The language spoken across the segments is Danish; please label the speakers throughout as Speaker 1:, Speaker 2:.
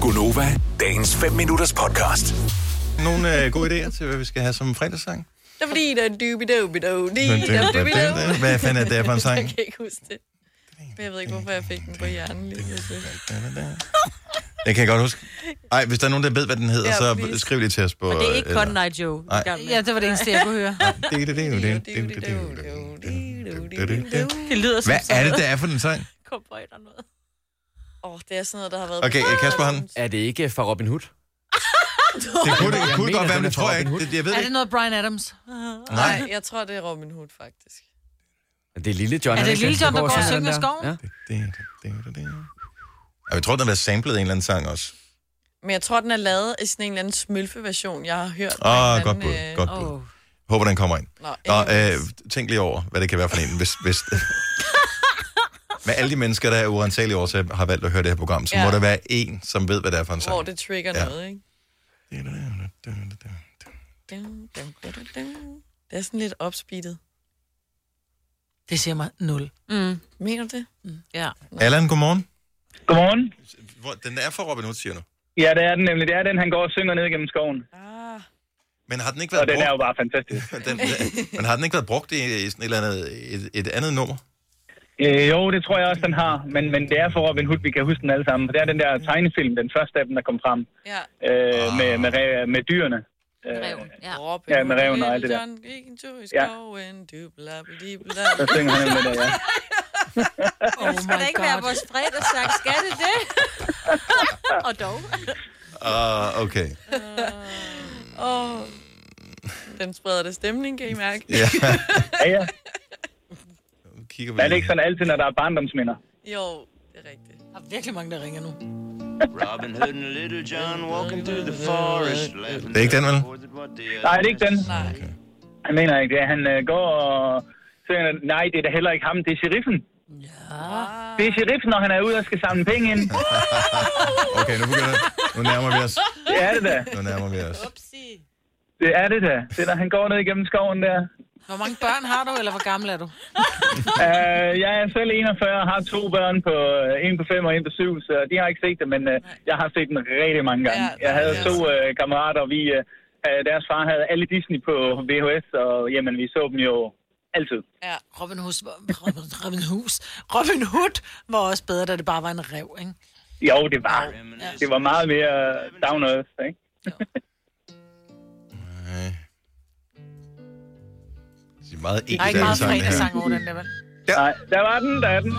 Speaker 1: Gunova, dagens 5 minutters podcast.
Speaker 2: Nogle øh, gode idéer til, hvad vi skal have som fredagssang?
Speaker 3: Det er fordi, der er dubi dubi dubi
Speaker 2: Men det-
Speaker 3: dubi
Speaker 2: Hvad fanden er det for en sang?
Speaker 3: Jeg kan ikke huske det. Men jeg ved ikke, hvorfor jeg fik den på hjernen lige pludselig.
Speaker 2: Jeg kan godt huske. Ej, hvis der er nogen, der ved, hvad den hedder,
Speaker 3: Ja,
Speaker 2: så
Speaker 3: please.
Speaker 2: skriv lige til os på...
Speaker 4: Og det er ikke Cotton Eye Joe.
Speaker 2: Nej.
Speaker 5: Ja, det var det eneste, jeg kunne høre.
Speaker 2: Det, det, det, det, det, det, det, det, det, det.
Speaker 4: Det lyder som
Speaker 2: Hvad er det, der er for den sang?
Speaker 4: Cowboy eller noget.
Speaker 3: Åh, det er sådan noget, der har været...
Speaker 2: Okay, øh, Kasper, han...
Speaker 6: Er det ikke fra Robin Hood?
Speaker 2: Det kunne, det
Speaker 6: Jeg
Speaker 2: kunne
Speaker 6: mener,
Speaker 2: godt være, men
Speaker 6: den er
Speaker 2: det
Speaker 6: fra
Speaker 2: tror jeg
Speaker 6: Robin
Speaker 2: ikke.
Speaker 6: Hood.
Speaker 2: Det, jeg ved
Speaker 5: Er
Speaker 2: det
Speaker 5: det
Speaker 2: ikke.
Speaker 5: noget Brian Adams?
Speaker 3: Nej, jeg tror, det er Robin Hood, faktisk.
Speaker 6: Er det Lille John?
Speaker 5: Er det
Speaker 6: ikke?
Speaker 5: Lille John, der går og
Speaker 6: sådan
Speaker 5: synger i skoven?
Speaker 6: Ja.
Speaker 2: Det, det, det, det, det. Og jeg tror, den har været samlet en eller anden sang også.
Speaker 3: Men jeg tror, den er lavet i sådan en eller anden smølfe-version, jeg har hørt.
Speaker 2: Åh,
Speaker 3: fra en
Speaker 2: godt
Speaker 3: eller
Speaker 2: bud,
Speaker 3: anden, øh,
Speaker 2: godt bud. Håber, den kommer ind.
Speaker 3: Nå,
Speaker 2: Nå, øh,
Speaker 3: anyways.
Speaker 2: tænk lige over, hvad det kan være for en, hvis... hvis med alle de mennesker, der er uansagelige årsager, har valgt at høre det her program, så ja.
Speaker 3: Ja.
Speaker 2: må der være en, som ved, hvad det er for en
Speaker 3: Hvor
Speaker 2: sang.
Speaker 3: det trigger
Speaker 2: Ja.
Speaker 3: noget, ikke? Dum, dum, dum, dum, dum. Det er sådan lidt opspeedet.
Speaker 5: Det siger mig nul.
Speaker 3: Mener du det?
Speaker 4: Ja.
Speaker 2: Allan, godmorgen.
Speaker 7: Godmorgen.
Speaker 2: Hvor, den er fra Robin Hood, siger du.
Speaker 7: Ja, det er den nemlig. Det er den, han går og synger ned gennem skoven.
Speaker 3: Ah,
Speaker 2: Men har den ikke
Speaker 7: Og
Speaker 2: været
Speaker 7: den er jo
Speaker 2: brugt,
Speaker 7: bare fantastisk.
Speaker 2: den, men har den ikke været brugt i, i sådan et, eller andet, et, et andet nummer?
Speaker 7: Øh, jo, det tror jeg også, den har. Men, men det er for Robin Hood, vi kan huske den alle sammen. For det er den der tegnefilm, den første af dem, der kom frem.
Speaker 3: ja.
Speaker 7: Øh, med, med, re- med dyrene. Øh,
Speaker 4: Reven. Ja.
Speaker 3: Robin
Speaker 7: Ja, med
Speaker 3: Hood,
Speaker 7: ræven og
Speaker 3: Little
Speaker 7: alt det der.
Speaker 3: John gik en tur i
Speaker 7: Ja.
Speaker 3: skoven, dubla, bli, bla.
Speaker 7: så synger han med det, ja.
Speaker 5: Oh my
Speaker 4: Skal det ikke være
Speaker 5: God.
Speaker 4: vores fredagssang? Skal det det? og dog.
Speaker 2: Ah, uh, okay.
Speaker 3: Åh, den spreder det stemning, kan I mærke?
Speaker 2: Ja.
Speaker 7: ja, ja.
Speaker 2: Nu Kigger vi
Speaker 7: Men er det ikke sådan altid, når der er barndomsminder?
Speaker 3: Jo, det er rigtigt.
Speaker 5: Der er virkelig mange, der ringer nu.
Speaker 8: Robin Hood and Little John walking through the forest.
Speaker 2: Det er ikke den, vel?
Speaker 7: Nej, det er ikke den.
Speaker 3: Nej.
Speaker 7: Jeg mener ikke det. Han øh, går og synger, nej, det er da heller ikke ham. Det er sheriffen. Ja. Det er sheriffen, når han er ude og skal samle penge ind.
Speaker 2: Okay, nu begynder Nu nærmer vi os.
Speaker 7: Det er det da.
Speaker 2: Nu nærmer vi os.
Speaker 7: Det er det da. Det er, når han går ned igennem skoven der.
Speaker 5: Hvor mange børn har du, eller hvor gammel er du?
Speaker 7: Uh, jeg er selv 41 og har to børn, på, uh, en på 5 og en på 7, så de har ikke set det, men uh, jeg har set den rigtig mange gange.
Speaker 3: Ja,
Speaker 7: jeg havde
Speaker 3: ja.
Speaker 7: to uh, kammerater, og vi, uh, deres far havde alle Disney på VHS, og jamen, vi så dem jo altid.
Speaker 3: Ja,
Speaker 5: Robin Hus, Robin, Robin Hus. Robin Hood var også bedre, da det bare var en rev, ikke?
Speaker 7: Jo, det var,
Speaker 3: altså-
Speaker 7: det var meget mere down earth, ikke?
Speaker 2: Nej. Det er meget
Speaker 5: Der er ikke
Speaker 2: ikke
Speaker 5: meget
Speaker 2: sang, det her.
Speaker 5: fredagssang over den der, vel?
Speaker 7: Nej, der var den, der er den.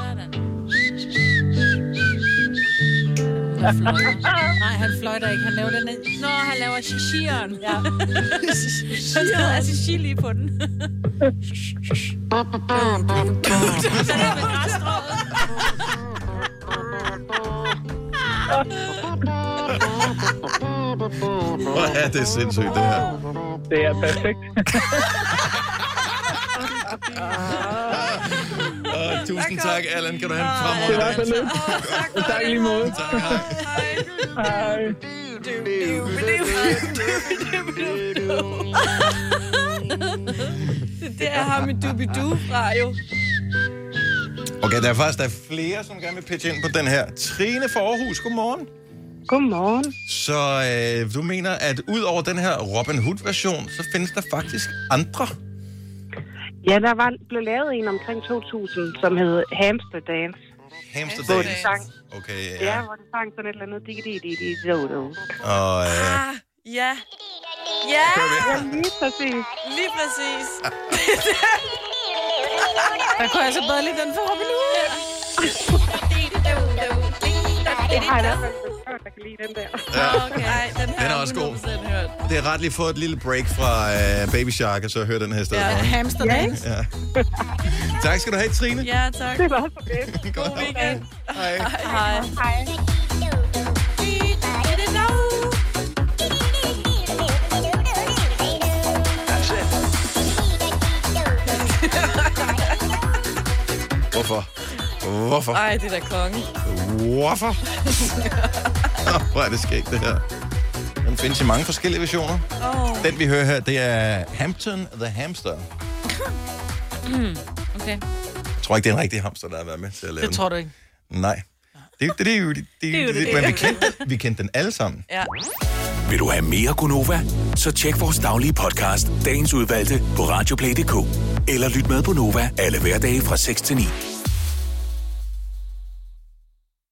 Speaker 5: Han fløjter. Nej, han fløjter ikke. Han laver den ned.
Speaker 4: Nå, han laver shishiren. Ja. Han sidder altså shishi lige på den. Den er med græsstrået.
Speaker 2: Hvor er det sindssygt, det her.
Speaker 7: Det er perfekt.
Speaker 2: Og tusind tak, Allan. Kan du have en
Speaker 7: det
Speaker 2: fremover?
Speaker 7: var så lidt. tak i lige måde.
Speaker 2: Tak, hej.
Speaker 7: Hej.
Speaker 3: det er ham i dubidu fra jo.
Speaker 2: Okay, der er faktisk der er flere, som gerne vil pitche ind på den her. Trine fra Aarhus, godmorgen.
Speaker 9: Godmorgen.
Speaker 2: Så øh, du mener, at ud over den her Robin Hood-version, så findes der faktisk andre?
Speaker 9: Ja, der var, blev lavet en omkring 2000, som hed Hamster Dance. Hvor
Speaker 2: Hamsterdam.
Speaker 9: de sang,
Speaker 2: Okay,
Speaker 9: ja,
Speaker 2: ja.
Speaker 9: hvor de sang sådan et eller andet digge-digge-digge-digge.
Speaker 2: Og, øh,
Speaker 3: Ah, ja. Ja,
Speaker 9: Ja, lige præcis.
Speaker 3: lige præcis.
Speaker 5: Der
Speaker 3: altså
Speaker 5: kunne jeg så bedre lide den for Robin Hood.
Speaker 9: Jeg har i hvert fald nogle børn, der kan lide den der.
Speaker 3: Okay, Ej, den, her
Speaker 2: Den er også god.
Speaker 3: 100% hørt.
Speaker 2: det er ret lige få et lille break fra øh, Baby Shark, og så høre den her i stedet.
Speaker 3: Ja.
Speaker 2: for.
Speaker 5: Hamster dance.
Speaker 2: Tak skal du have, Trine.
Speaker 3: Ja, tak.
Speaker 9: Det var så fedt.
Speaker 3: God weekend.
Speaker 2: Hej.
Speaker 3: Hej.
Speaker 9: Hej.
Speaker 2: Hvorfor? Hvorfor?
Speaker 3: Ej, det er da konge.
Speaker 2: Hvorfor? Åh, Hvor er det skægt, det her. Den findes i mange forskellige versioner. Oh. Den, vi hører her, det er Hampton the Hamster.
Speaker 4: Okay.
Speaker 2: Jeg tror ikke, Mm, det er en rigtig hamster, der har været med til at lave
Speaker 5: Det tror du ikke.
Speaker 2: den. Nej. Det, det, det, det, det, det, men vi kendte, den- vi kendte den alle sammen.
Speaker 3: Ja.
Speaker 1: Vil du have mere Gunova? Så tjek vores daglige podcast, dagens udvalgte, på radioplay.dk. Eller lyt med på Nova alle hverdage fra 6 til 9.